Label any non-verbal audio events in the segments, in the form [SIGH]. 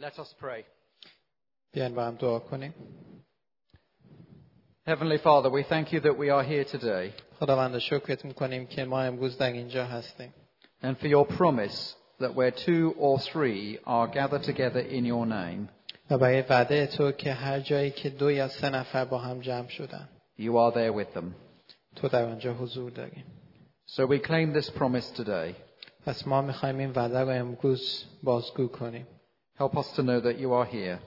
Let us pray. بیاین با هم دعا کنیم Heavenly Father, we thank you that we are here today خداوند شکرت میکنیم که ما امروز در اینجا هستیم and for your promise that where two or three are gathered together in your name, و برای وعده تو که هر جایی که دو یا سه نفر با هم جمع شدن you are there with them. تو در آنجا حضور داریم So we claim this promise today. پس ما میخوایم این وعده رو امروز بازگو کنیم Help us to know that you are here.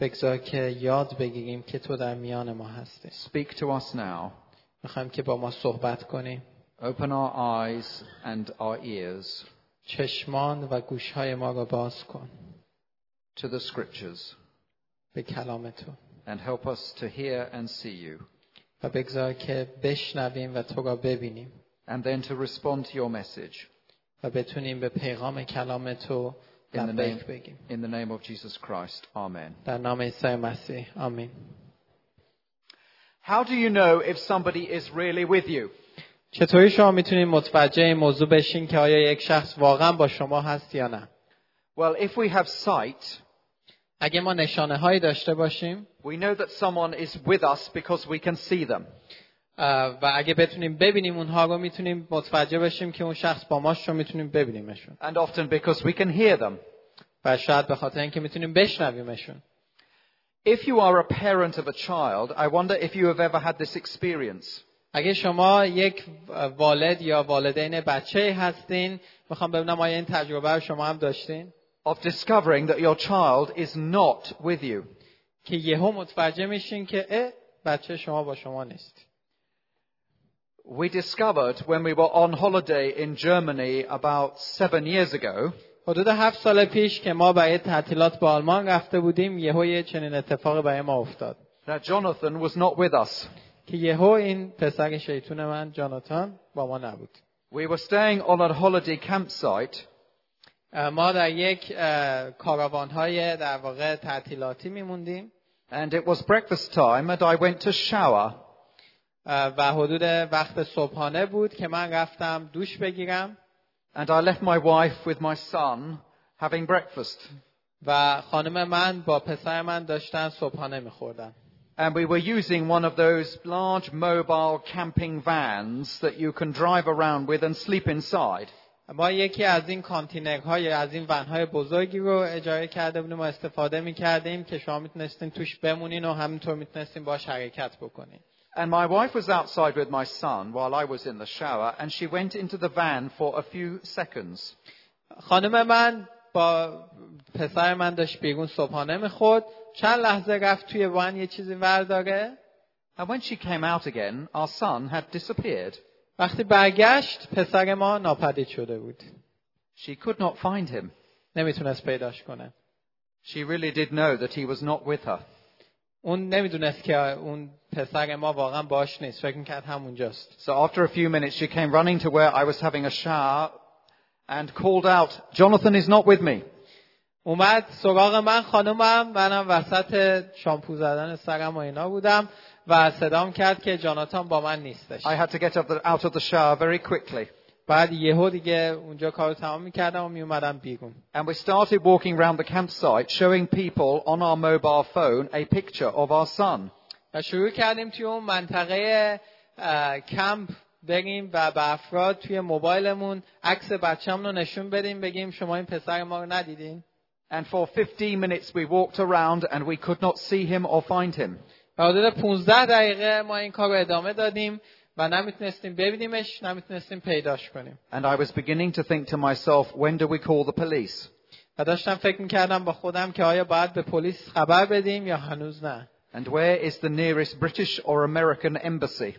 بگذار که یاد بگیریم که تو در میان ما هستی Speak to us now. میخوایم که با ما صحبت کنیم Open our eyes and our ears چشمان و گوشهای ما را باز کن to the scriptures به کلام تو and help us to hear and see you و بگذار که بشنویم و تو را ببینیم and then to respond to your message و بتونیم به پیغام کلام تو in the name, لبیک بگیم in the name of Jesus Christ. Amen. در نام عیسی مسیح آمین How do you know if somebody is really with you? چطوری شما میتونید متوجه این موضوع بشین که آیا یک شخص واقعا با شما هست یا نه Well, if we have sight, اگه ما نشانه هایی داشته باشیم we know that someone is with us because we can see them. اه، و اگه بتونیم ببینیم اونها رو میتونیم متوجه بشیم که اون شخص با ماست چون میتونیم ببینیمشون and often because we can hear them. و شاید به خاطر اینکه میتونیم بشنویمشون If you are a parent of a child, I wonder if you have ever had this experience. اگه شما یک والد یا والدین بچه هستین میخوام ببینم آیا این تجربه رو شما هم داشتین of discovering that your child is not with you. که یهو متوجه میشین که اه بچه شما با شما نیست We discovered when we were on holiday in Germany about seven years ago حدود هفت سال پیش که ما برای تعطیلات به آلمان رفته بودیم یهو یه چنین اتفاقی برای ما افتاد that Jonathan was not with us. که یهو این پسر شیطون من جاناتان با ما نبود We were staying on a holiday campsite اه، ما در یک کاراوان های در واقع تعطیلاتی میموندیم and it was breakfast time and I went to shower و حدود وقت صبحانه بود که من رفتم دوش بگیرم and I left my wife with my son having breakfast و خانم من با پسر من داشتن صبحانه میخوردن and we were using one of those large mobile camping vans that you can drive around with and sleep inside. ما یکی از این کانتینرهای از این ونهای بزرگی رو اجاره کرده بودیم و استفاده میکردیم که شما میتونستین توش بمونین و همینطور میتونستین باش حرکت بکنین And my wife was outside with my son while I was in the shower, and she went into the van for a few seconds. خانم من با پسر من داشت بیرون صبحانه میخورد چند لحظه رفت توی ون یه چیزی ورداره And when she came out again, our son had disappeared. وقتی برگشت پسر ما ناپدید شده بود She could not find him. نمیتونست پیداش کنه She really did know that he was not with her. اون نمیدونست که اون پسر ما واقعا باش نیست فکر میکرد همونجاست So after a few minutes, she came running to where I was having a shower and called out, Jonathan is not with me. اومد سراغ من خانومم منم وسط شامپو زدن سرم و اینا بودم و صدام کرد که جاناتان با من نیستش I had to get up the, out of the shower very quickly. بعد یهو دیگه اونجا کارو تمام میکردم و میومدم بیرون And we started walking round the campsite, showing people on our mobile phone a picture of our son. و شروع کردیم توی اون منطقه اه، کمپ بریم و به افراد توی موبایلمون عکس بچه‌مون رو نشون بدیم بگیم شما این پسر ما رو ندیدین And for 15 minutes we walked around and we could not see him or find him. و حدود 15 دقیقه ما این کار رو ادامه دادیم و نمیتونستیم ببینیمش نمیتونستیم پیداش کنیم And I was beginning to think to myself, when do we call the police? و داشتم فکر میکردم با خودم که آیا باید به پلیس خبر بدیم یا هنوز نه And where is the nearest British or American embassy?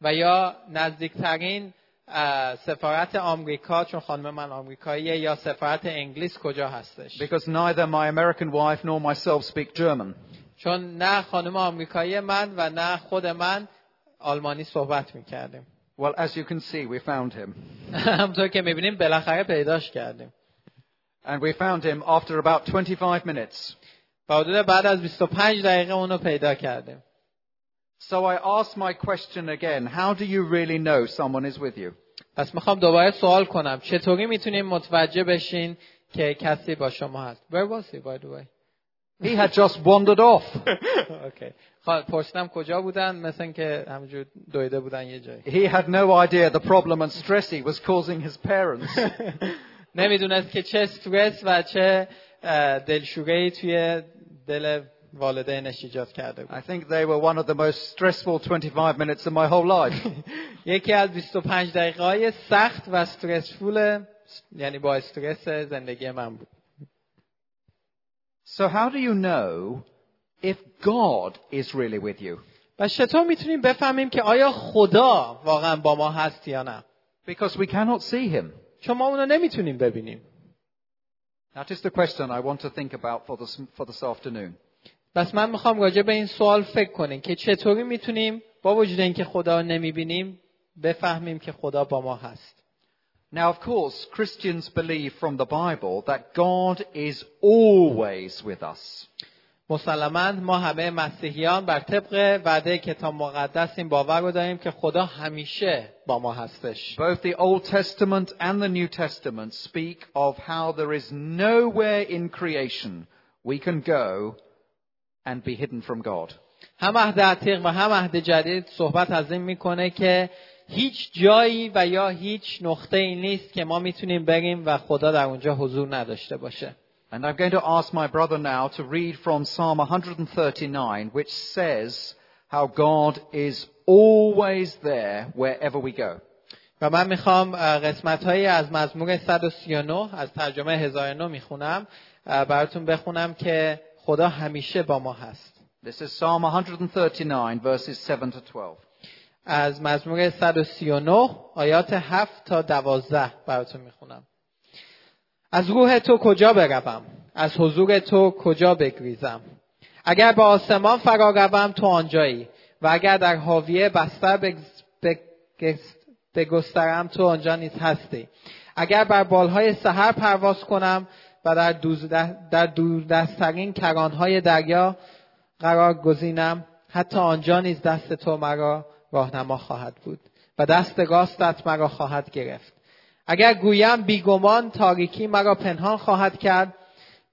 و یا نزدیکترین اه، سفارت آمریکا چون خانم من آمریکاییه یا سفارت انگلیس کجا هستش Because neither my American wife nor myself speak German. چون نه خانم آمریکایی من و نه خود من آلمانی صحبت میکردیم [LAUGHS] Well, as you can see, we found him. همطور که میبینیم بالاخره پیداش کردیم And we found him after about 25 minutes. و حدود بعد از 25 دقیقه اونو پیدا کردیم So I asked my question again. How do you really know someone is with you? پس میخوام دوباره سوال کنم چطوری میتونیم متوجه بشین که کسی با شما هست where was he by the way He had just wandered off. [LAUGHS] okay. خب پرسیدم کجا بودن مثل اینکه همجور دویده بودن یه [LAUGHS] جایی He had no idea the problem and stress he was causing his parents. نمیدونست که چه استرس و چه دلشوره توی دل والدینش ایجاد [LAUGHS] کرده بود I think they were one of the most stressful 25 minutes of my whole life. یکی از 25 دقیقه های سخت و استرسفول یعنی با استرس زندگی من بود so how do you know if God is really with you? و چطور میتونیم بفهمیم که آیا خدا واقعا با ما هست یا نه Because we cannot see him. چون ما اونو نمیتونیم ببینیم That is the question I want to think about for this, for this afternoon. پس من میخوام راجع به این سوال فکر کنیم که چطوری میتونیم با وجود اینکه خدا رو نمیبینیم بفهمیم که خدا با ما هست Now, of course, Christians believe from the Bible that God is always with us. مسلما ما همه مسیحیان بر طبق وعده کتاب مقدس این باور رو داریم که خدا همیشه با ما هستش Both the Old Testament and the New Testament speak of how there is nowhere in creation we can go and be hidden from God. هم عهد عتیق و هم عهد جدید صحبت از این میکنه که هیچ جایی و یا هیچ نقطه ای نیست که ما میتونیم بریم و خدا در اونجا حضور نداشته باشه And I'm going to ask my brother now to read from Psalm 139, which says how God is always there wherever we go. و من میخوام قسمت هایی از مزمور 139 از ترجمه 1009 میخونم براتون بخونم که خدا همیشه با ما هست This is Psalm 139, verses 7 to 12. از مزمور 139 آیات 7 تا 12 براتون میخونم از روح تو کجا بروم از حضور تو کجا بگریزم اگر به آسمان فرا روم تو آنجایی و اگر در حاویه بستر بگز- بگست- بگسترم تو آنجا نیز هستی اگر بر بالهای سحر پرواز کنم و در, دوزده- در دوردستترین کرانهای دریا قرار گزینم حتی آنجا نیز دست تو مرا راهنما خواهد بود و دست راستت مرا خواهد گرفت اگر گویم بیگمان تاریکی مرا پنهان خواهد کرد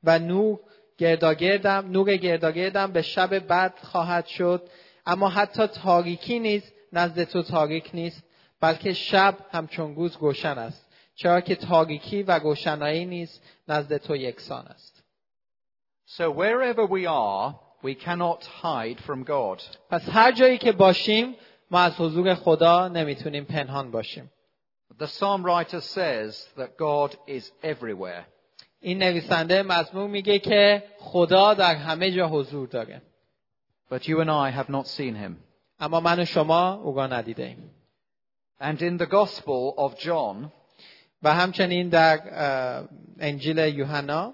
و نور گرداگردم نور گرداگردم به شب بعد خواهد شد اما حتی تاریکی نیز نزد تو تاریک نیست بلکه شب همچون روز روشن است چرا که تاریکی و روشنایی نیز نزد تو یکسان است So wherever we are, we cannot hide from God. پس هر جایی که باشیم ما از حضور خدا نمیتونیم پنهان باشیم The psalm writer says that God is everywhere. این نویسنده مضمون میگه که خدا در همه جا حضور داره But you and I have not seen him. اما من و شما او را ندیده ایم And in the Gospel of John, و همچنین در اه، انجیل یوحنا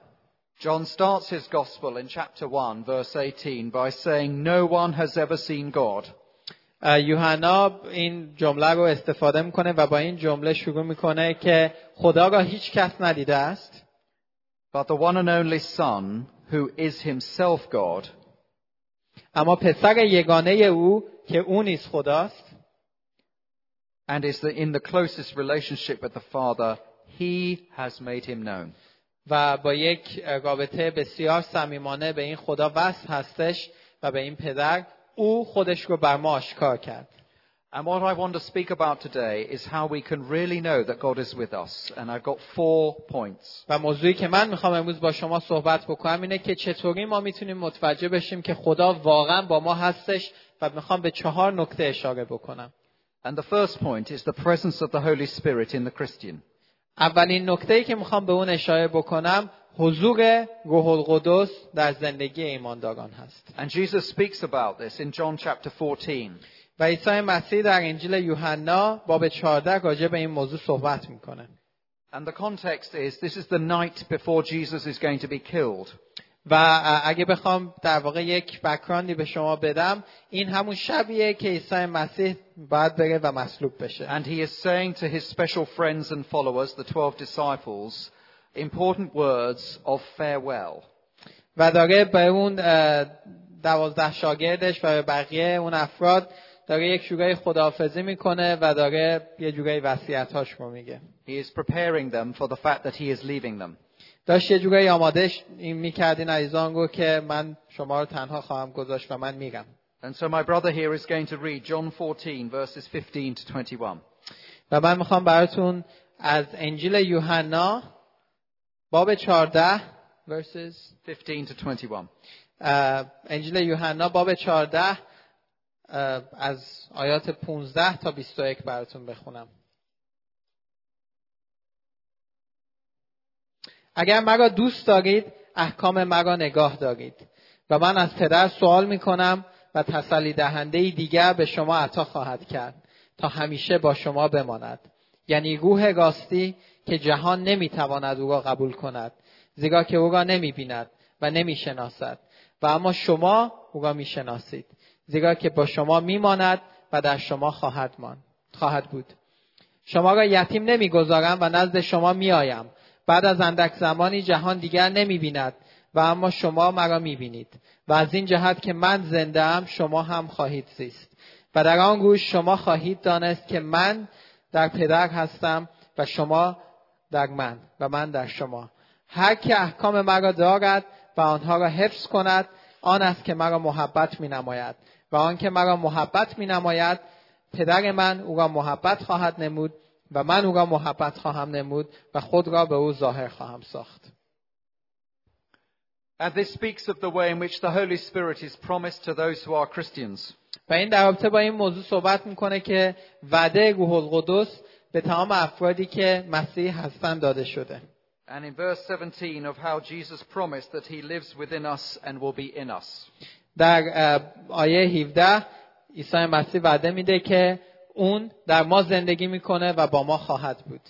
John starts his Gospel in chapter 1, verse 18, by saying, No one has ever seen God. اه، یوحنا این جمله رو استفاده میکنه و با این جمله شروع میکنه که خدا را هیچ کس ندیده است But the one and only Son, who is himself God, اما پسر یگانه او که او نیز خداست and is the, in the closest relationship with the Father, he has made him known. و با یک رابطه بسیار صمیمانه به این خدا وصل هستش و به این پدر او خودش رو بر ما آشکار کرد And what I want to speak about today is how we can really know that God is with us. And I've got four points. و موضوعی که من میخوام امروز با شما صحبت بکنم اینه که چطوری ما میتونیم متوجه بشیم که خدا واقعا با ما هستش و میخوام به چهار نکته اشاره بکنم And the first point is the presence of the Holy Spirit in the Christian. اولین نکته ای که میخوام به اون اشاره بکنم حضور روح القدس در زندگی ایمانداران هست And Jesus speaks about this in John chapter 14. و عیسی مسیح در انجیل یوحنا باب 14 راجع به این موضوع صحبت میکنه And the context is this is the night before Jesus is going to be killed. و اگه بخوام در واقع یک بکراندی به شما بدم این همون شبیه که عیسی مسیح باید بره و مصلوب بشه And he is saying to his special friends and followers, the 12 disciples, important words of farewell. و داره به اون اه، دوازده شاگردش و به بقیه اون افراد داره یک جورایی خداحافظی میکنه و داره یه جورایی وصیت‌هاش رو میگه He is preparing them for the fact that he is leaving them. داشت یه جورایی آمادش این میکردین عزیزان رو که من شما رو تنها خواهم گذاشت و من میرم And so my brother here is going to read John 14, verses 15 to 21. و من میخوام براتون از انجیل یوحنا باب 14 verses 15 to 21. اه، انجیل یوحنا باب 14 اه، از آیات 15 تا 21 براتون بخونم اگر مرا دوست دارید احکام مرا نگاه دارید و من از پدر سوال می کنم و تسلی دهنده دیگر به شما عطا خواهد کرد تا همیشه با شما بماند یعنی روح راستی که جهان نمیتواند او را قبول کند زیرا که او را نمی بیند و نمی شناسد و اما شما او را می شناسید زیرا که با شما میماند و در شما خواهد, ماند خواهد بود شما را یتیم نمیگذارم و نزد شما میآیم بعد از اندک زمانی جهان دیگر نمیبیند و اما شما مرا میبینید و از این جهت که من زنده ام شما هم خواهید زیست و در آن روز شما خواهید دانست که من در پدر هستم و شما در من و من در شما هر که احکام مرا دارد و آنها را حفظ کند آن است که مرا محبت می نماید و آن که مرا محبت می نماید پدر من او را محبت خواهد نمود و من او را محبت خواهم نمود و خود را به او ظاهر خواهم ساخت And this speaks of the way in which the Holy Spirit is promised to those who are Christians. و این در رابطه با این موضوع صحبت میکنه که وعده روح القدس به تمام افرادی که مسیح هستن داده شده And in verse 17 of how Jesus promised that he lives within us and will be in us. در اه، آیه 17 عیسی مسیح وعده میده که اون در ما زندگی میکنه و با ما خواهد بود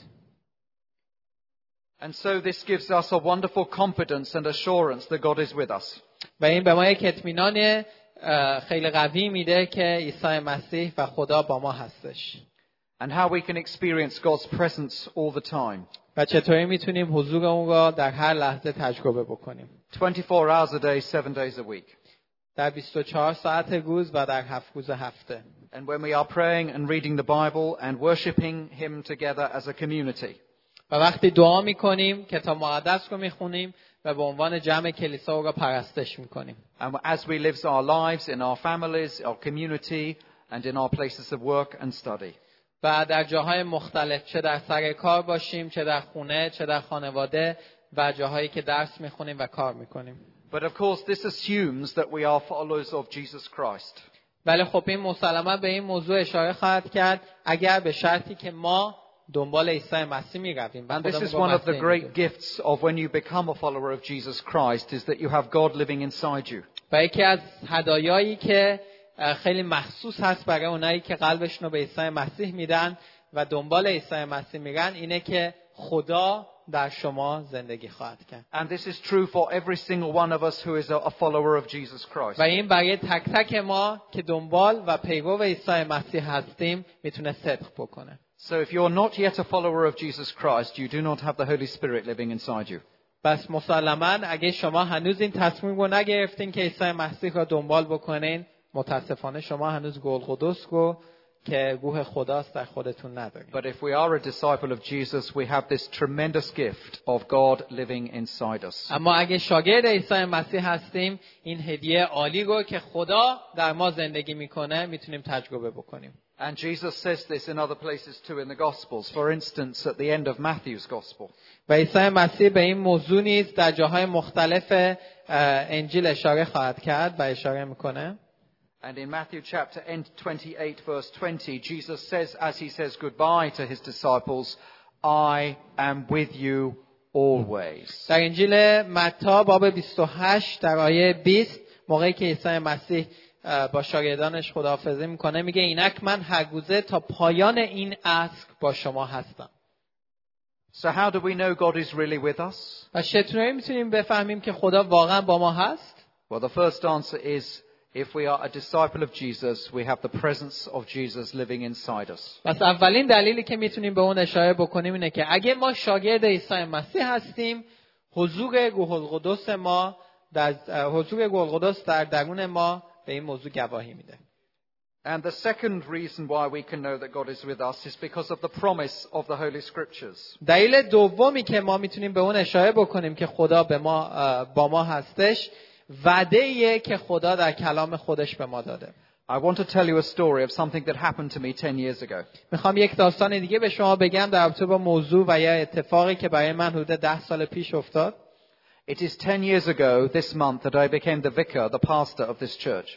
And so this gives us a wonderful confidence and assurance that God is with us. و این به ما یک اطمینان اه، خیلی قوی میده که عیسی مسیح و خدا با ما هستش And how we can experience God's presence all the time. و چطوری میتونیم حضور اون را در هر لحظه تجربه بکنیم 24 hours a day, seven days a week. در 24 ساعت روز و در هفت روز هفته And when we are praying and reading the Bible and worshipping Him together as a community. و وقتی دعا میکنیم کتاب مقدس رو میخونیم و به عنوان جمع کلیسا او را پرستش میکنیم And um, as we live our lives in our families, our community, and in our places of work and study. و در جاهای مختلف چه در سر کار باشیم چه در خونه چه در خانواده و جاهایی که درس میخونیم و کار میکنیم But of course, this assumes that we are followers of Jesus Christ. ولی خب این مسلما به این موضوع اشاره خواهد کرد اگر به شرطی که ما دنبال عیسی مسیح میرویم و And this خودمون is one با of the مسیح great می‌ریم. gifts of when you become a follower of Jesus Christ is that you have God living inside you. و یکی از هدایایی که اه، خیلی مخصوص هست برای اونایی که قلبشون رو به عیسی مسیح میدن و دنبال عیسی مسیح میرن اینه که خدا در شما زندگی خواهد کرد And this is true for every single one of us who is a- a follower of Jesus Christ. و این برای تک تک ما که دنبال و پیرو عیسی مسیح هستیم میتونه صدق بکنه So if you're not yet a follower of Jesus Christ, you do not have the Holy Spirit living inside you. پس مسلما اگه شما هنوز این تصمیم رو نگرفتین که عیسی مسیح رو دنبال بکنین متاسفانه شما هنوز گل قدس رو که روح خداست در خودتون ندارین But if we are a disciple of Jesus, we have this tremendous gift of God living inside us. اما اگه شاگرد عیسی مسیح هستیم این هدیه عالی رو که خدا در ما زندگی میکنه میتونیم تجربه بکنیم And Jesus says this in other places too in the Gospels. For instance, at the end of Matthew's Gospel, و عیسی مسیح به این موضوع نیز در جاهای مختلف اه، انجیل اشاره خواهد کرد و اشاره میکنه and in Matthew chapter 28, verse 20, Jesus says, as he says goodbye to his disciples, I am with you always. در انجیل متا باب 28 در آیه 20 موقعی که عیسی مسیح اه، با شاگردانش خداحافظی میکنه میگه اینک من هرگوزه تا پایان این عصر با شما هستم So how do we know God is really with us? و چطوری میتونیم بفهمیم که خدا واقعا با ما هست Well, the first answer is if we are a disciple of Jesus, we have the presence of Jesus living inside us. پس اولین دلیلی که میتونیم به اون اشاره بکنیم اینه که اگه ما شاگرد عیسی مسیح هستیم حضور روح القدس ما در حضور روح القدس در درون ما به این موضوع گواهی میده And the second reason why we can know that God is with us is because of the promise of the Holy Scriptures. دلیل دومی که ما میتونیم به اون اشاره بکنیم که خدا به ما اه، با ما هستش وعده که خدا در کلام خودش به ما داده I want to tell you a story of something that happened to me 10 years ago. میخوام یک داستان دیگه به شما بگم در رابطه با موضوع و یا اتفاقی که برای من حدود ده سال پیش افتاد It is 10 years ago this month that I became the vicar, the pastor of this church.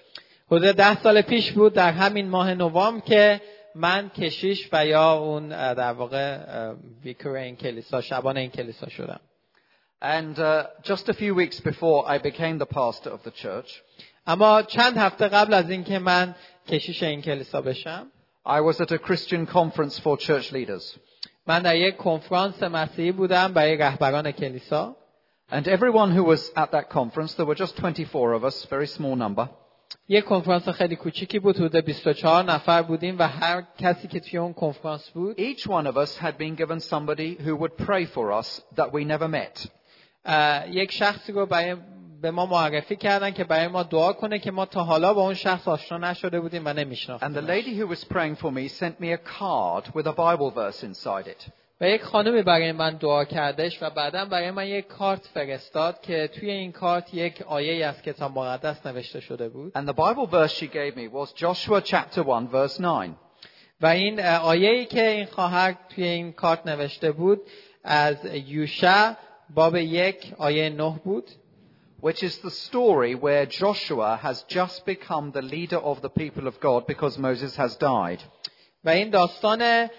حدود ده سال پیش بود در همین ماه نوامبر که من کشیش و یا اون اه، در واقع اه، ویکر این کلیسا شبان این کلیسا شدم And uh, just a few weeks before I became the pastor of the church, اما چند هفته قبل از اینکه من کشیش این کلیسا بشم I was at a Christian conference for church leaders. من در یک کنفرانس مسیحی بودم برای رهبران کلیسا And everyone who was at that conference, there were just 24 of us, very small number. یک کنفرانس خیلی کوچیکی بود حدود 24 نفر بودیم و هر کسی که توی اون کنفرانس بود Each one of us had been given somebody who would pray for us that we never met. اه، یک شخصی رو برای به ما معرفی کردن که برای ما دعا کنه که ما تا حالا با اون شخص آشنا نشده بودیم و And the نمیشناختیم lady who was praying for me sent me a card with a Bible verse inside it. و یک خانمی برای من دعا کردش و بعدا برای من یک کارت فرستاد که توی این کارت یک آیه از کتاب مقدس نوشته شده بود And the Bible verse she gave me was Joshua chapter 1 verse 9. و این آیه ای که این خواهر توی این کارت نوشته بود از یوشع باب یک آیه نه بود which is the story where Joshua has just become the leader of the people of God because Moses has died. و این داستان اه،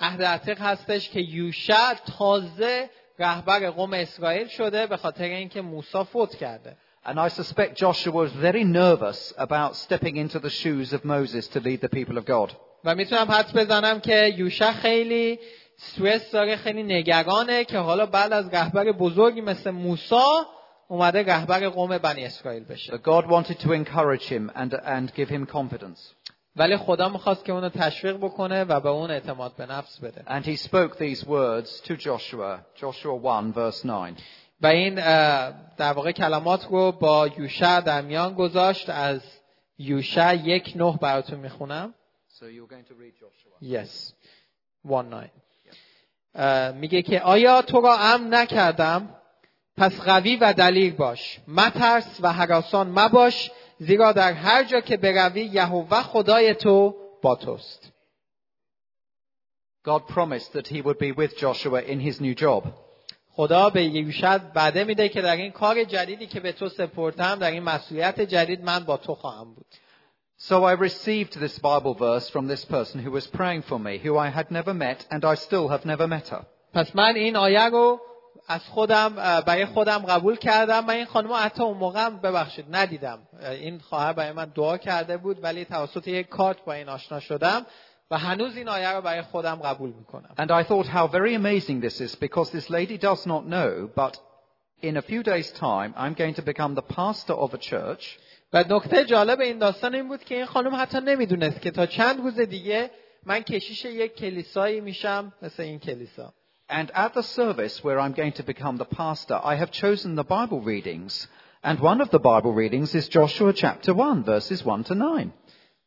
عهد عتیق هستش که یوشع تازه رهبر قوم اسرائیل شده به خاطر اینکه موسی فوت کرده And I suspect Joshua was very nervous about stepping into the shoes of Moses to lead the people of God. و میتونم حدس بزنم که یوشع خیلی استرس داره خیلی نگرانه که حالا بعد از رهبر بزرگی مثل موسی اومده رهبر قوم بنی اسرائیل بشه But God wanted to encourage him and, and give him confidence. ولی خدا میخواست که اونو تشویق بکنه و به اون اعتماد به نفس بده And he spoke these words to Joshua, Joshua 1 verse 9. و این اه، در واقع کلمات رو با یوشع در میان گذاشت از یوشع یک نه براتون میخونم So you're going to read Joshua. Yes. One nine. اه، میگه که آیا تو را امن نکردم پس قوی و دلیل باش مترس و حراسان مباش زیرا در هر جا که بروی یهوه خدای تو با توست God promised that he would be with Joshua in his new job. خدا به یوشع وعده میده که در این کار جدیدی که به تو سپردم در این مسئولیت جدید من با تو خواهم بود So I received this Bible verse from this person who was praying for me, who I had never met, and I still have never met her. پس من این آیه رو از خودم اه، برای خودم قبول کردم من این خانم رو حتی اون موقع هم، ببخشید ندیدم اه، این خواهر برای من دعا کرده بود ولی توسط یک کارت با این آشنا شدم و هنوز این آیه رو برای خودم قبول میکنم And I thought how very amazing this is because this lady does not know, but in a few days' time, I'm going to become the pastor of a church و نکته جالب این داستان این بود که این خانم حتی نمیدونست که تا چند روز دیگه من کشیش یک کلیسایی میشم مثل این کلیسا And at the service where I'm going to become the pastor, I have chosen the Bible readings. And one of the Bible readings is Joshua chapter 1, verses 1 to 9.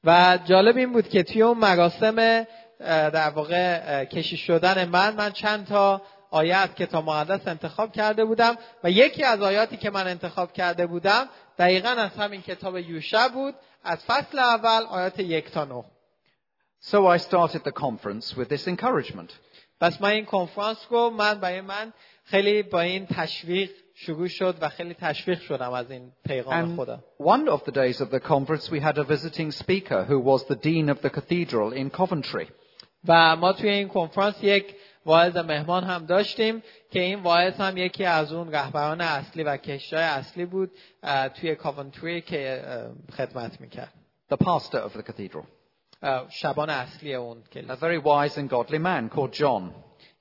و جالب این بود که توی اون مراسم اه، در واقع اه، کشیش شدن من من چند تا آیه از کتاب مقدس انتخاب کرده بودم و یکی از آیاتی که من انتخاب کرده بودم دقیقا از همین کتاب یوشع بود از فصل اول آیات یک تا نه So I started the conference with this encouragement. پس من این کنفرانس رو من برای من خیلی با این تشویق شروع شد و خیلی تشویق شدم از این پیغام And خدا one of the days of the conference, we had a visiting speaker who was the dean of the cathedral in Coventry. و ما توی این کنفرانس یک واعظ مهمان هم داشتیم که این واعظ هم یکی از اون رهبران اصلی و کشتای اصلی بود اه، توی کاونتری که اه، خدمت میکرد The pastor of the cathedral, اه، شبان اصلی اون a کلیسا very wise and godly man called John.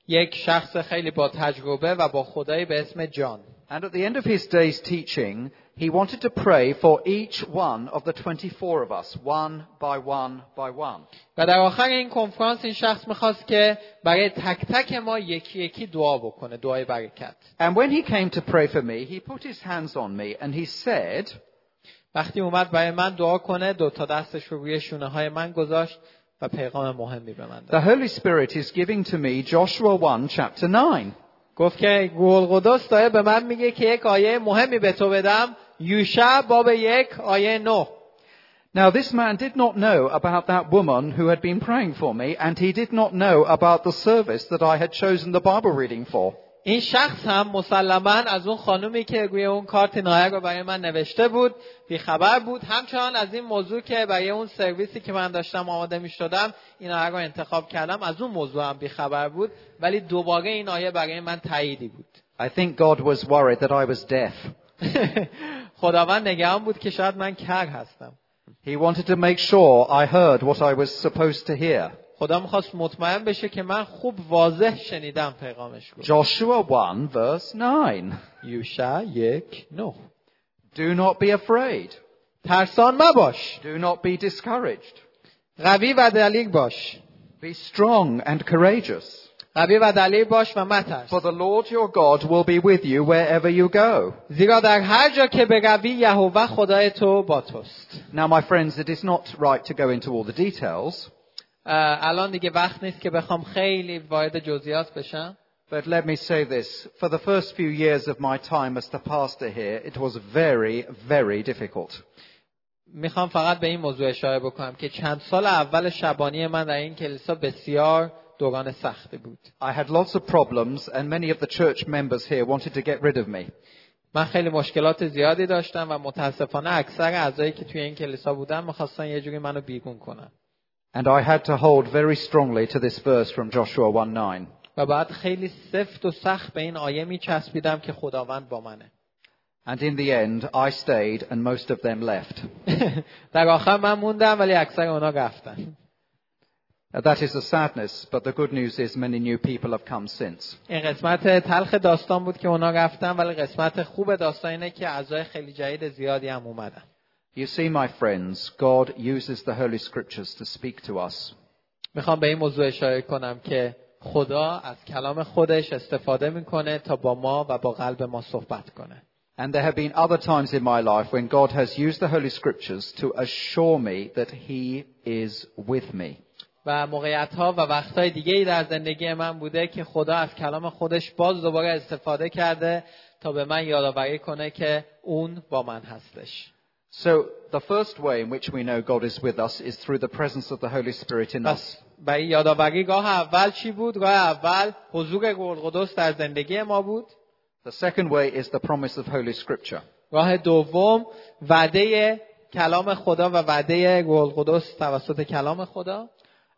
یک شخص خیلی با تجربه و با خدایی به اسم جان And at the end of his day's teaching, he wanted to pray for each one of the 24 of us, one by one by one. و در آخر این کنفرانس این شخص میخواست که برای تک تک ما یکی یکی دعا بکنه دعای برکت And when he came to pray for me, he put his hands on me and he said, وقتی اومد برای من دعا کنه دو تا دستش رو روی شونه های من گذاشت و پیغام مهمی به من داد The Holy Spirit is giving to me Joshua 1, chapter 9. گفت که گول قدس داره به من میگه که یک آیه مهمی به تو بدم یوشع باب یک آیه نو Now, this man did not know about that woman who had been praying for me, and he did not know about the service that I had chosen the Bible reading for. این شخص هم مسلما از اون خانومی که روی اون کارت نایه رو برای من نوشته بود بیخبر بود همچنان از این موضوع که برای اون سرویسی که من داشتم آماده می شدم این آیه رو انتخاب کردم از اون موضوع هم بیخبر بود ولی دوباره این آیه برای من تاییدی بود [LAUGHS] I think God was worried that I was deaf. خداوند نگران بود که شاید من کر هستم He wanted to make sure I heard what I was supposed to hear. خدا میخواست مطمئن بشه که من خوب واضح شنیدم پیغامش رو Joshua 1, verse 9. یوشع یک نو Do not be afraid. ترسان مباش Do not be discouraged. قوی و دلیل باش Be strong and courageous. قوی و دلیل باش و مترس For the Lord your God will be with you wherever you go. زیرا در هر جا که بروی یهوه خدای تو با توست Now, my friends, it is not right to go into all the details, اه، الان دیگه وقت نیست که بخوام خیلی وارد جزئیات بشم but let me say this. For the first few years of my time as the pastor here, it was very, very difficult. میخوام فقط به این موضوع اشاره بکنم که چند سال اول شبانی من در این کلیسا بسیار دوران سختی بود I had lots of problems, and many of the church members here wanted to get rid of me. من خیلی مشکلات زیادی داشتم و متاسفانه اکثر اعضایی که توی این کلیسا بودن میخواستن یه جوری منو بیگون کنن And I had to hold very strongly to this verse from Joshua 1 9. و بعد خیلی سفت و سخت به این آیه میچسبیدم که خداوند با منه [LAUGHS] And in the end, I stayed, and most of them left. در آخر من موندم ولی اکثر اونا رفتن Now, that is the sadness, but the good news is many new people have come since. این قسمت تلخ داستان بود که اونا رفتن ولی قسمت خوب داستان اینه که اعضای خیلی جدید زیادی هم اومدن You see, my friends, God uses the Holy Scriptures to speak to us. میخوام به این موضوع اشاره کنم که خدا از کلام خودش استفاده میکنه تا با ما و با قلب ما صحبت کنه And there have been other times in my life when God has used the Holy Scriptures to assure me that He is with me. و موقعیت ها و وقت های دیگه ای در زندگی من بوده که خدا از کلام خودش باز دوباره استفاده کرده تا به من یادآوری کنه که اون با من هستش So, the first way in which we know God is with us is through the presence of the Holy Spirit in us. پس برای یادآوری راه اول چی بود؟ راه اول حضور روح القدس در زندگی ما بود The second way is the promise of Holy Scripture. راه دوم وعده کلام خدا و وعده روح القدس توسط کلام خدا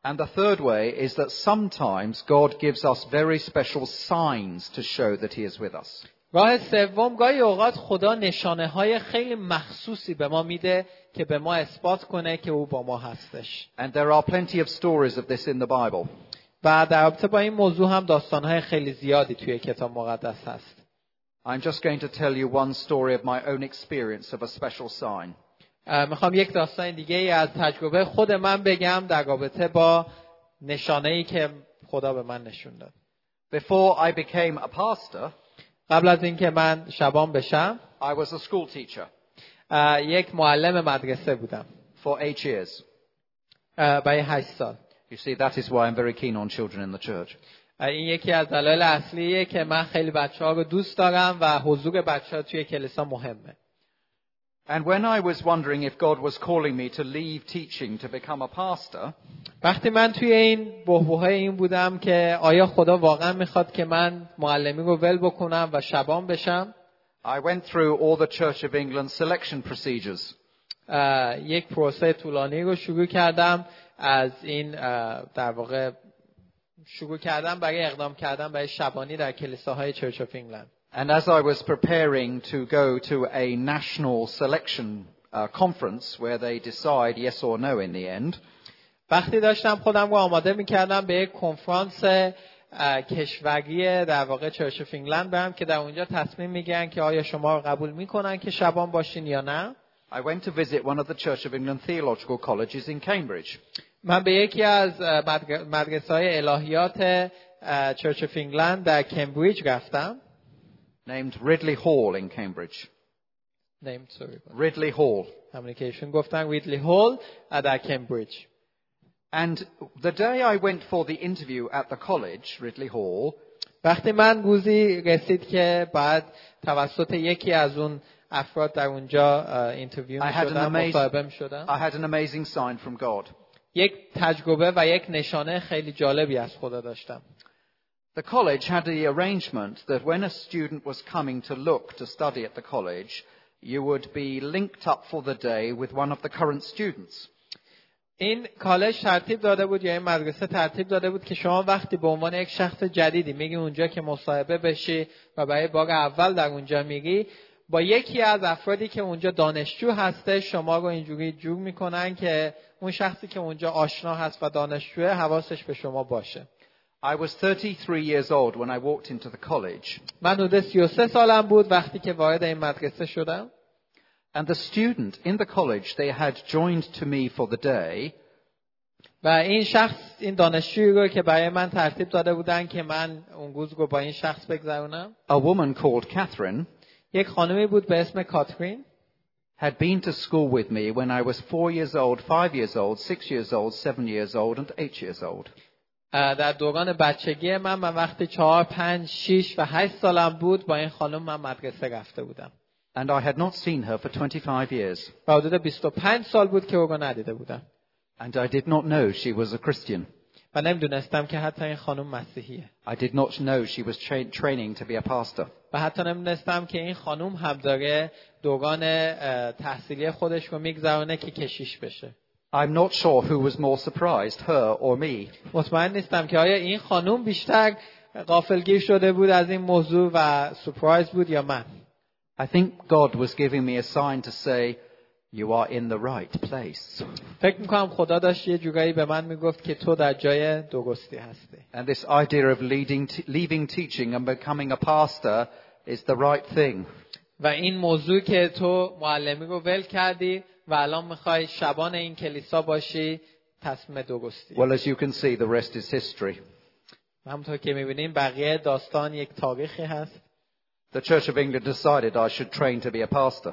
And the third way is that sometimes God gives us very special signs to show that He is with us. راه سوم گاهی اوقات خدا نشانه های خیلی مخصوصی به ما میده که به ما اثبات کنه که او با ما هستش And there are plenty of stories of this in the Bible. و در رابطه با این موضوع هم داستانهای خیلی زیادی توی کتاب مقدس هست I'm just going to tell you one story of my own experience of a special sign. میخوام یک داستان دیگه ای از تجربه خود من بگم در رابطه با نشانه ای که خدا به من نشون داد Before I became a pastor, قبل از اینکه من شبان بشم I was a school teacher اه، یک معلم مدرسه بودم for eight years. اه، برای هشت سال You see, that is why I'm very keen on children in the church. اه، این یکی از دلایل اصلیه که من خیلی بچه ها رو دوست دارم و حضور بچه ها توی کلیسا مهمه And when I was wondering if God was calling me to leave teaching to become a pastor, وقتی من توی این بحبوهای این بودم که آیا خدا واقعا میخواد که من معلمی رو ول بکنم و شبان بشم I went through all the Church of England selection procedures. اه، یک پروسه طولانی رو شروع کردم از این اه، در واقع شروع کردم برای اقدام کردن برای شبانی در کلیساهای چرچ آف انگلند And as I was preparing to go to a national selection uh, conference where they decide yes or no in the end, وقتی داشتم خودم رو آماده میکردم به یک کنفرانس اه، کشوری در واقع چرچ آف انگلند برم که در اونجا تصمیم میگیرن که آیا شما رو قبول میکنن که شبان باشین یا نه I went to visit one of the Church of England theological colleges in Cambridge. من به یکی از مدرسه های الهیات اه، چرچ آف انگلند در کمبریج رفتم named Ridley Hall in Cambridge. named sorry Ridley Hall. همونی که ایشون گفتن ریدلی هول در کمبریج And the day I went for the interview at the college, Ridley Hall, وقتی من روزی رسید که بعد توسط یکی از اون افراد در اونجا اه، اینترویو I می had an شدم amazing- مصاحبه می شدم I had an amazing sign from God. یک تجربه و یک نشانه خیلی جالبی از خدا داشتم The college had the arrangement that when a student was coming to look to study at the college, you would be linked up for the day with one of the current students. این کالج ترتیب داده بود یا این مدرسه ترتیب داده بود که شما وقتی به عنوان یک شخص جدیدی میری اونجا که مصاحبه بشی و برای بار اول در اونجا میری با یکی از افرادی که اونجا دانشجو هسته شما رو اینجوری جور میکنن که اون شخصی که اونجا آشنا هست و دانشجوه حواسش به شما باشه I was 33 years old when I walked into the college, من حدود 33 سالم بود وقتی که وارد این مدرسه شدم and the student in the college they had joined to me for the day و این شخص این دانشجویی رو که برای من ترتیب داده بودن که من اون روز رو با این شخص بگذرونم A woman called Catherine یک خانمی بود به اسم کاترین had been to school with me when I was four years old, five years old, six years old, seven years old, and eight years old. اه، در دوران بچگی من من وقتی چهار پنج شیش و هشت سالم بود با این خانم من مدرسه رفته بودم And I had not seen her for 25 years, و حدود 25 سال بود که او رو ندیده بودم and I did not know she was a Christian. و نمیدونستم که حتی این خانم مسیحیه I did not know she was tra- training to be a pastor. و حتی نمیدونستم که این خانم هم داره دوران اه، تحصیلی خودش رو میگذرونه که کشیش بشه I'm not sure who was more surprised, her or me. مطمئن نیستم که آیا این خانم بیشتر غافلگیر شده بود از این موضوع و سپرایز بود یا من I think God was giving me a sign to say, You are in the right place. فکر میکنم خدا داشت یه جورایی به من میگفت که تو در جای درستی هستی And this idea of leading t- leaving teaching and becoming a pastor is the right thing. و این موضوع که تو معلمی رو ول کردی و الان میخوای شبان این کلیسا باشی تصمیم درستی Well, as you can see, the rest is history. و همونطور که میبینیم بقیه داستان یک تاریخی هست The Church of England decided I should train to be a pastor.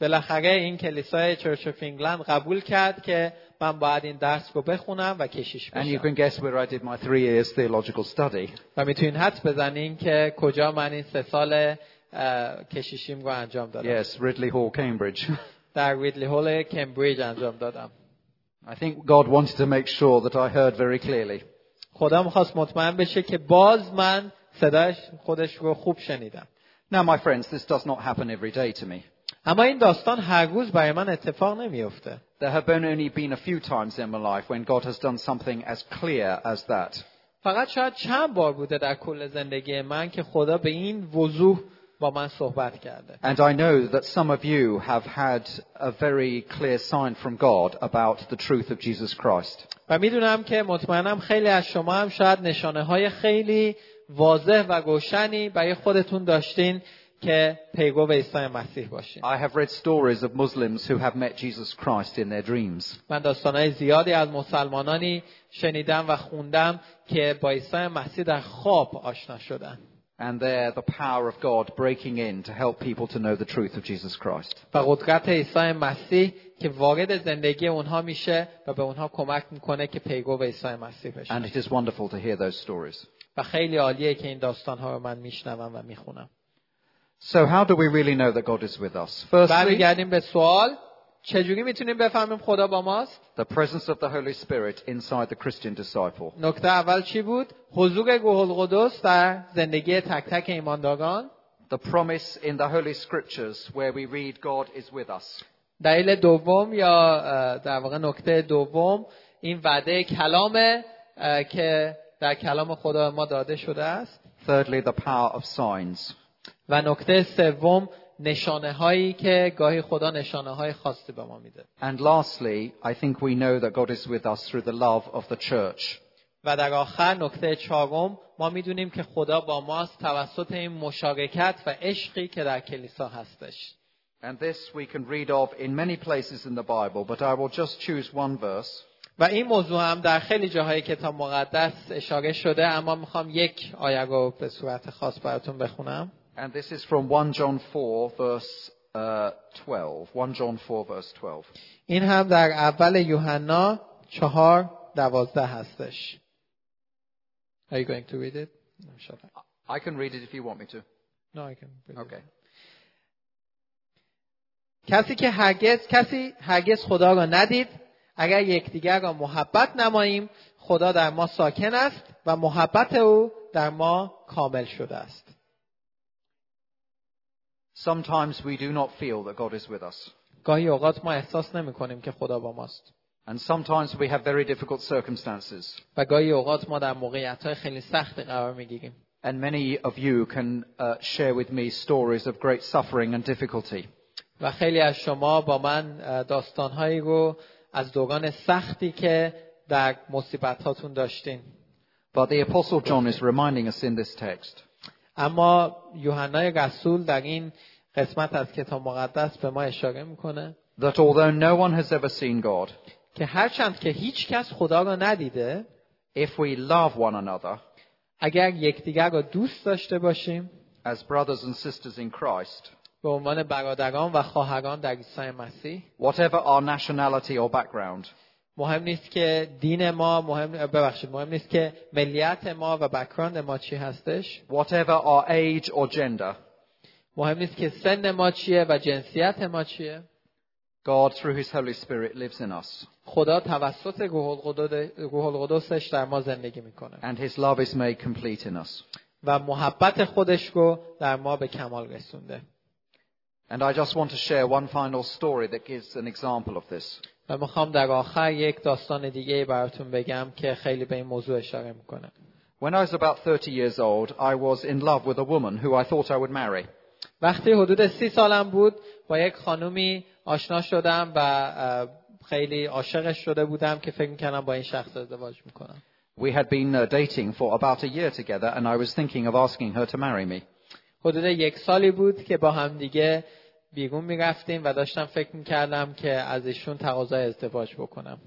بالاخره این کلیسای چرچ اف انگلند قبول کرد که من باید این درس رو بخونم و کشیش And you بشم can guess where I did my three years theological study. و میتونین حدس بزنین که کجا من این سه سال اه، کشیشیم رو انجام دادم Yes, Ridley Hall, Cambridge. در ویدلی هول کمبریج انجام دادم I think God wanted to make sure that I heard very clearly. خدا میخواست مطمئن بشه که باز من صدایش خودش رو خوب شنیدم Now, my friends, this does not happen every day to me. اما این داستان هر روز برای من اتفاق نمیفته There have been only been a few times in my life when God has done something as clear as that. فقط شاید چند بار بوده در کل زندگی من که خدا به این وضوح با من صحبت کرده And I know that some of you have had a very clear sign from God about the truth of Jesus Christ. و میدونم که مطمئنم خیلی از شما هم شاید نشانه های خیلی واضح و روشنی برای خودتون داشتین که پیگو عیسی مسیح باشین I have read stories of Muslims who have met Jesus Christ in their dreams. من داستانهای زیادی از مسلمانانی شنیدم و خوندم که با عیسی مسیح در خواب آشنا شدن And there, the power of God breaking in to help people to know the truth of Jesus Christ. و قدرت عیسی مسیح که وارد زندگی اونها میشه و به اونها کمک میکنه که پیگو عیسی مسیح بشن And it is wonderful to hear those stories. و خیلی عالیه که این داستانها رو من میشنوم و میخونم So, how do we really know that God is with us? Firstly, برمیگردیم به سوال چجوری میتونیم بفهمیم خدا با ماست the presence of the Holy Spirit inside the Christian disciple. نکته اول چی بود حضور روح القدس در زندگی تک تک ایمانداران The promise in the Holy Scriptures where we read God is with us. دلیل دوم یا اه، در واقع نکته دوم این وعده کلامه اه، که در کلام خدا به ما داده شده است Thirdly, the power of signs. و نکته سوم نشانه هایی که گاهی خدا نشانه های خاصی به ما میده And lastly, I think we know that God is with us through the love of the church. و در آخر نکته چهارم ما میدونیم که خدا با ماست توسط این مشارکت و عشقی که در کلیسا هستش And this we can read of in many places in the Bible, but I will just choose one verse. و این موضوع هم در خیلی جاهای کتاب مقدس اشاره شده اما میخوام یک آیه رو به صورت خاص براتون بخونم And this is from 1 John 4, verse uh, 12. 1 John 4, verse 12. این هم در اول یوحنا چهار دوازده هستش Are you going to read it? No, shall I? I can read it if you want me to. No, I can read it. Okay. کسی که هرگز کسی هرگز خدا را ندید اگر یکدیگر را محبت نماییم خدا در ما ساکن است و محبت او در ما کامل شده است Sometimes we do not feel that God is with us. گاهی اوقات ما احساس نمی کنیم که خدا با ماست And sometimes we have very difficult circumstances. و گاهی اوقات ما در موقعیت های خیلی سختی قرار می گیریم And many of you can uh, share with me stories of great suffering and difficulty. و خیلی از شما با من داستانهایی رو از دوران سختی که در مصیبت هاتون داشتین But the Apostle John is reminding us in this text اما یوحنای رسول در این قسمت از کتاب مقدس به ما اشاره میکنه that although no one has ever seen God, که هرچند که هیچ کس خدا را ندیده if we love one another اگر یکدیگر را دوست داشته باشیم as brothers and sisters in Christ, به عنوان برادران و خواهران در عیسی مسیح whatever our nationality or background, مهم نیست که دین ما مهم ببخشید مهم نیست که ملیت ما و بکراند ما چی هستش whatever our age or gender, مهم نیست که سن ما چیه و جنسیت ما چیه God through his Holy Spirit lives in us خدا توسط روح القدس- روح القدسش در ما زندگی میکنه and his love is made complete in us. و محبت خودش رو در ما به کمال رسونده And I just want to share one final story that gives an example of this. و میخوام در آخر یک داستان دیگه براتون بگم که خیلی به این موضوع اشاره میکنه When I was about 30 years old, I was in love with a woman who I thought I would marry. وقتی حدود سی سالم بود با یک خانومی آشنا شدم و اه، خیلی عاشقش شده بودم که فکر میکردم با این شخص ازدواج میکنم We had been uh, dating for about a year together, and I was thinking of asking her to marry me. حدود یک سالی بود که با همدیگه بیرون میرفتیم و داشتم فکر میکردم که از ایشون تقاضای ازدواج بکنم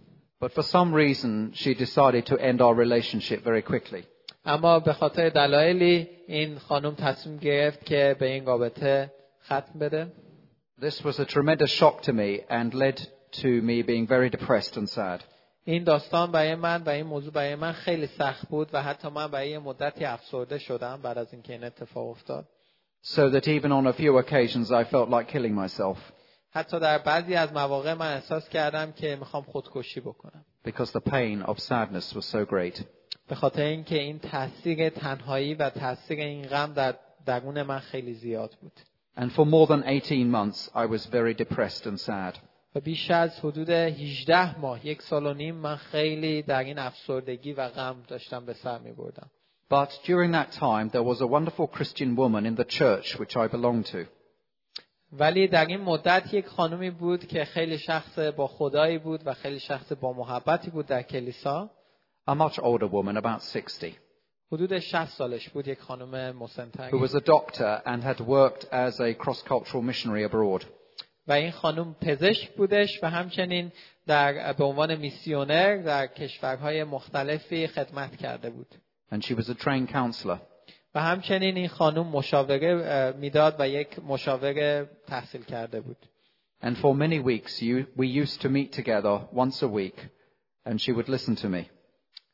But for some reason, she decided to end our relationship very quickly. اما به خاطر دلایلی این خانم تصمیم گرفت که به این رابطه ختم بده This was a tremendous shock to me and led to me being very depressed and sad. این داستان برای من و این موضوع برای من خیلی سخت بود و حتی من برای یه مدتی افسرده شدم بعد از اینکه این اتفاق افتاد So that even on a few occasions, I felt like killing myself حتی در بعضی از مواقع من احساس کردم که میخوام خودکشی بکنم because the pain of sadness was so great. به خاطر اینکه این تاثیر تنهایی و تاثیر این غم در درون من خیلی زیاد بود And for more than 18 months, I was very depressed and sad. و بیش از حدود 18 ماه یک سال و نیم من خیلی در این افسردگی و غم داشتم به سر می بردم But during that time, there was a wonderful Christian woman in the church which I belonged to. ولی در این مدت یک خانومی بود که خیلی شخص با خدایی بود و خیلی شخص با محبتی بود در کلیسا a much older woman, about 60, حدود 60 سالش بود یک خانم مسنتری who was a doctor and had worked as a cross cultural missionary abroad. و این خانم پزشک بودش و همچنین در به عنوان میسیونر در کشورهای مختلفی خدمت کرده بود And she was a trained counselor. و همچنین این خانم مشاوره اه، میداد و یک مشاور تحصیل کرده بود And for many weeks, you, we used to meet together once a week, and she would listen to me.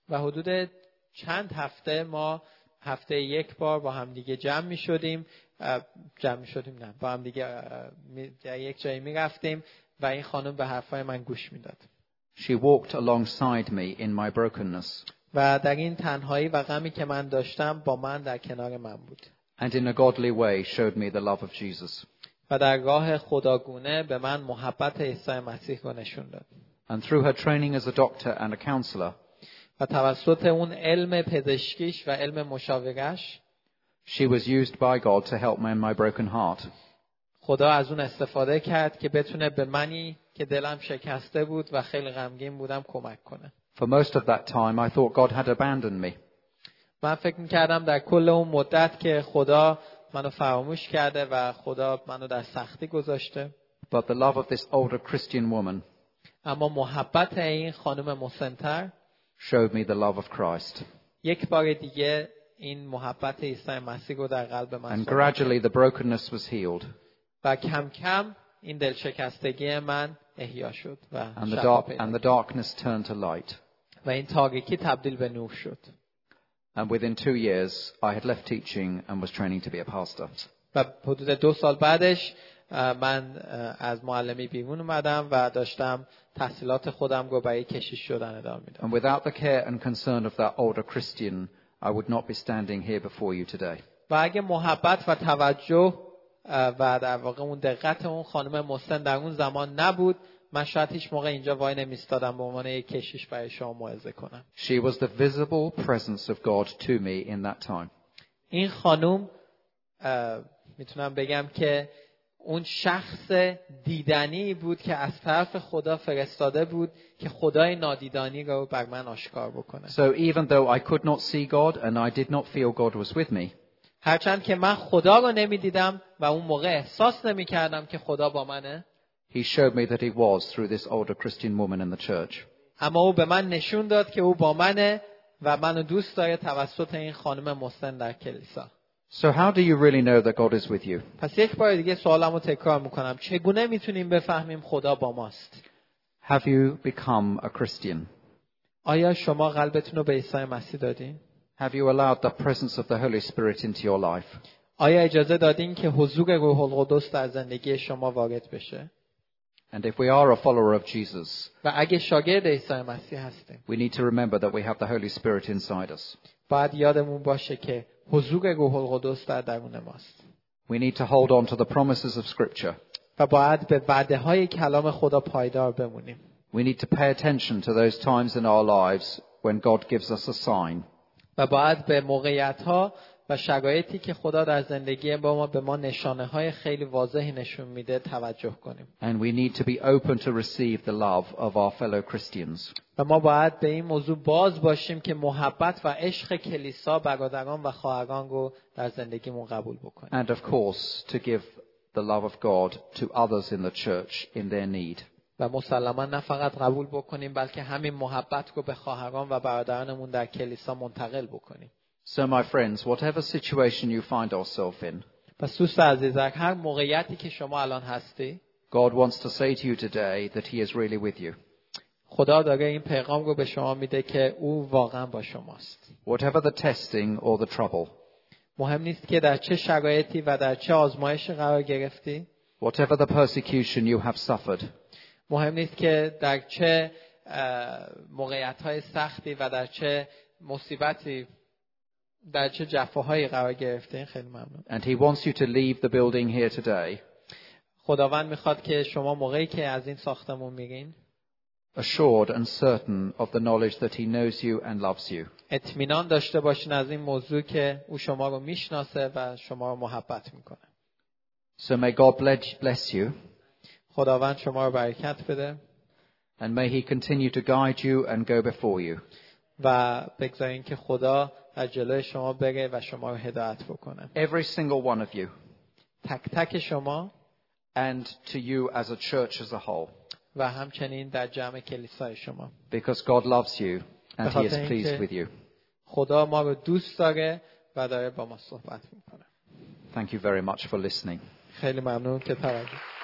و حدود چند هفته ما هفته یک بار با همدیگه جمع می شدیم جمع می شدیم نه با همدیگه اه، می- در یک جایی می رفتیم و این خانم به حرفای من گوش میداد She walked alongside me in my brokenness, و در این تنهایی و غمی که من داشتم با من در کنار من بود and in a godly way showed me the love of Jesus. و در راه خداگونه به من محبت عیسی مسیح رو نشون داد And through her training as a doctor and a counselor, و توسط اون علم پزشکیش و علم مشاورش she was used by God to help me in my broken heart. خدا از اون استفاده کرد که بتونه به منی که دلم شکسته بود و خیلی غمگین بودم کمک کنه For most of that time, I thought God had abandoned me. من فکر میکردم در کل اون مدت که خدا منو فراموش کرده و خدا منو در سختی گذاشته But the love of this older Christian woman اما محبت این خانم مسنتر showed me the love of Christ. یک بار دیگه این محبت عیسی مسیح رو در قلب من And ساخت. gradually the brokenness was healed و کم کم این دلشکستگی من احیا شد و and the, شفا dark, پیدا and the darkness turned to light. کرد. و این تاریکی تبدیل به نور شد And within two years, I had left teaching and was training to be a pastor. و حدود دو سال بعدش اه، من اه، از معلمی بیرون اومدم و داشتم تحصیلات خودم رو برای کشیش شدن ادامه میدم And without the care and concern of that older Christian, I would not be standing here before you today. و اگه محبت و توجه اه، و در واقع اون دقت اون خانم مسن در اون زمان نبود من شاید هیچ موقع اینجا وای نمیستادم به عنوان یک کشیش برای شما موعظه کنم She was the visible presence of God to me in that time. این خانوم اه، میتونم بگم که اون شخص دیدنی بود که از طرف خدا فرستاده بود که خدای نادیدانی رو بر من آشکار بکنه So even though I could not see God and I did not feel God was with me, هرچند که من خدا رو نمیدیدم و اون موقع احساس نمیکردم که خدا با منه He showed me that He was through this older Christian woman in the church. اما او به من نشون داد که او با منه و منو دوست داره توسط این خانم مسن در کلیسا So how do you really know that God is with you? پس یک بار دیگه سوالم رو تکرار میکنم چگونه میتونیم بفهمیم خدا با ماست Have you become a Christian? آیا شما قلبتون رو به عیسی مسیح دادین؟ Have you allowed the presence of the Holy Spirit into your life? آیا اجازه دادین که حضور روح القدس در زندگی شما وارد بشه؟ And if we are a follower of Jesus, و اگه شاگرد عیسی مسیح هستیم we need to remember that we have the Holy Spirit inside us. باید یادمون باشه که حضور روح القدس در درون ماست We need to hold on to the promises of Scripture. و باید به وعده های کلام خدا پایدار بمونیم We need to pay attention to those times in our lives when God gives us a sign. و باید به موقعیت ها و شرایطی که خدا در زندگی با ما به ما نشانه های خیلی واضحی نشون میده توجه کنیم And we need to be open to receive the love of our fellow Christians. و ما باید به این موضوع باز باشیم که محبت و عشق کلیسا برادران و خواهران رو در زندگیمون قبول بکنیم And of course, to give the love of God to others in the church in their need. و مسلما نه فقط قبول بکنیم بلکه همین محبت رو به خواهران و برادرانمون در کلیسا منتقل بکنیم So, my friends, whatever situation you find yourself in, پس دوست عزیزک هر موقعیتی که شما الان هستی God wants to say to you today that He is really with you. خدا داره این پیغام رو به شما میده که او واقعا با شماست Whatever the testing or the trouble, مهم نیست که در چه شرایطی و در چه آزمایشی قرار گرفتی whatever the persecution you have suffered, مهم نیست که در چه موقعیت های سختی و در چه مصیبتی در چه جفاهایی قرار گرفتین خیلی ممنون and He wants you to leave the building here today, خداوند میخواد که شما موقعی که از این ساختمون میرین assured and certain of the knowledge that He knows you and loves you. اطمینان داشته باشین از این موضوع که او شما رو میشناسه و شما رو محبت میکنه So, may God bled- bless you, خداوند شما رو برکت بده and may He continue to guide you and go before you. و بگذارین که خدا در جلوی شما بره و شما رو هدایت بکنه Every single one of you. تک تک شما and to you as a church as a whole, و همچنین در جمع کلیسای شما because God loves you and He is pleased with you. خدا ما رو دوست داره و داره با ما صحبت میکنه Thank you very much for listening. خیلی ممنون که توجه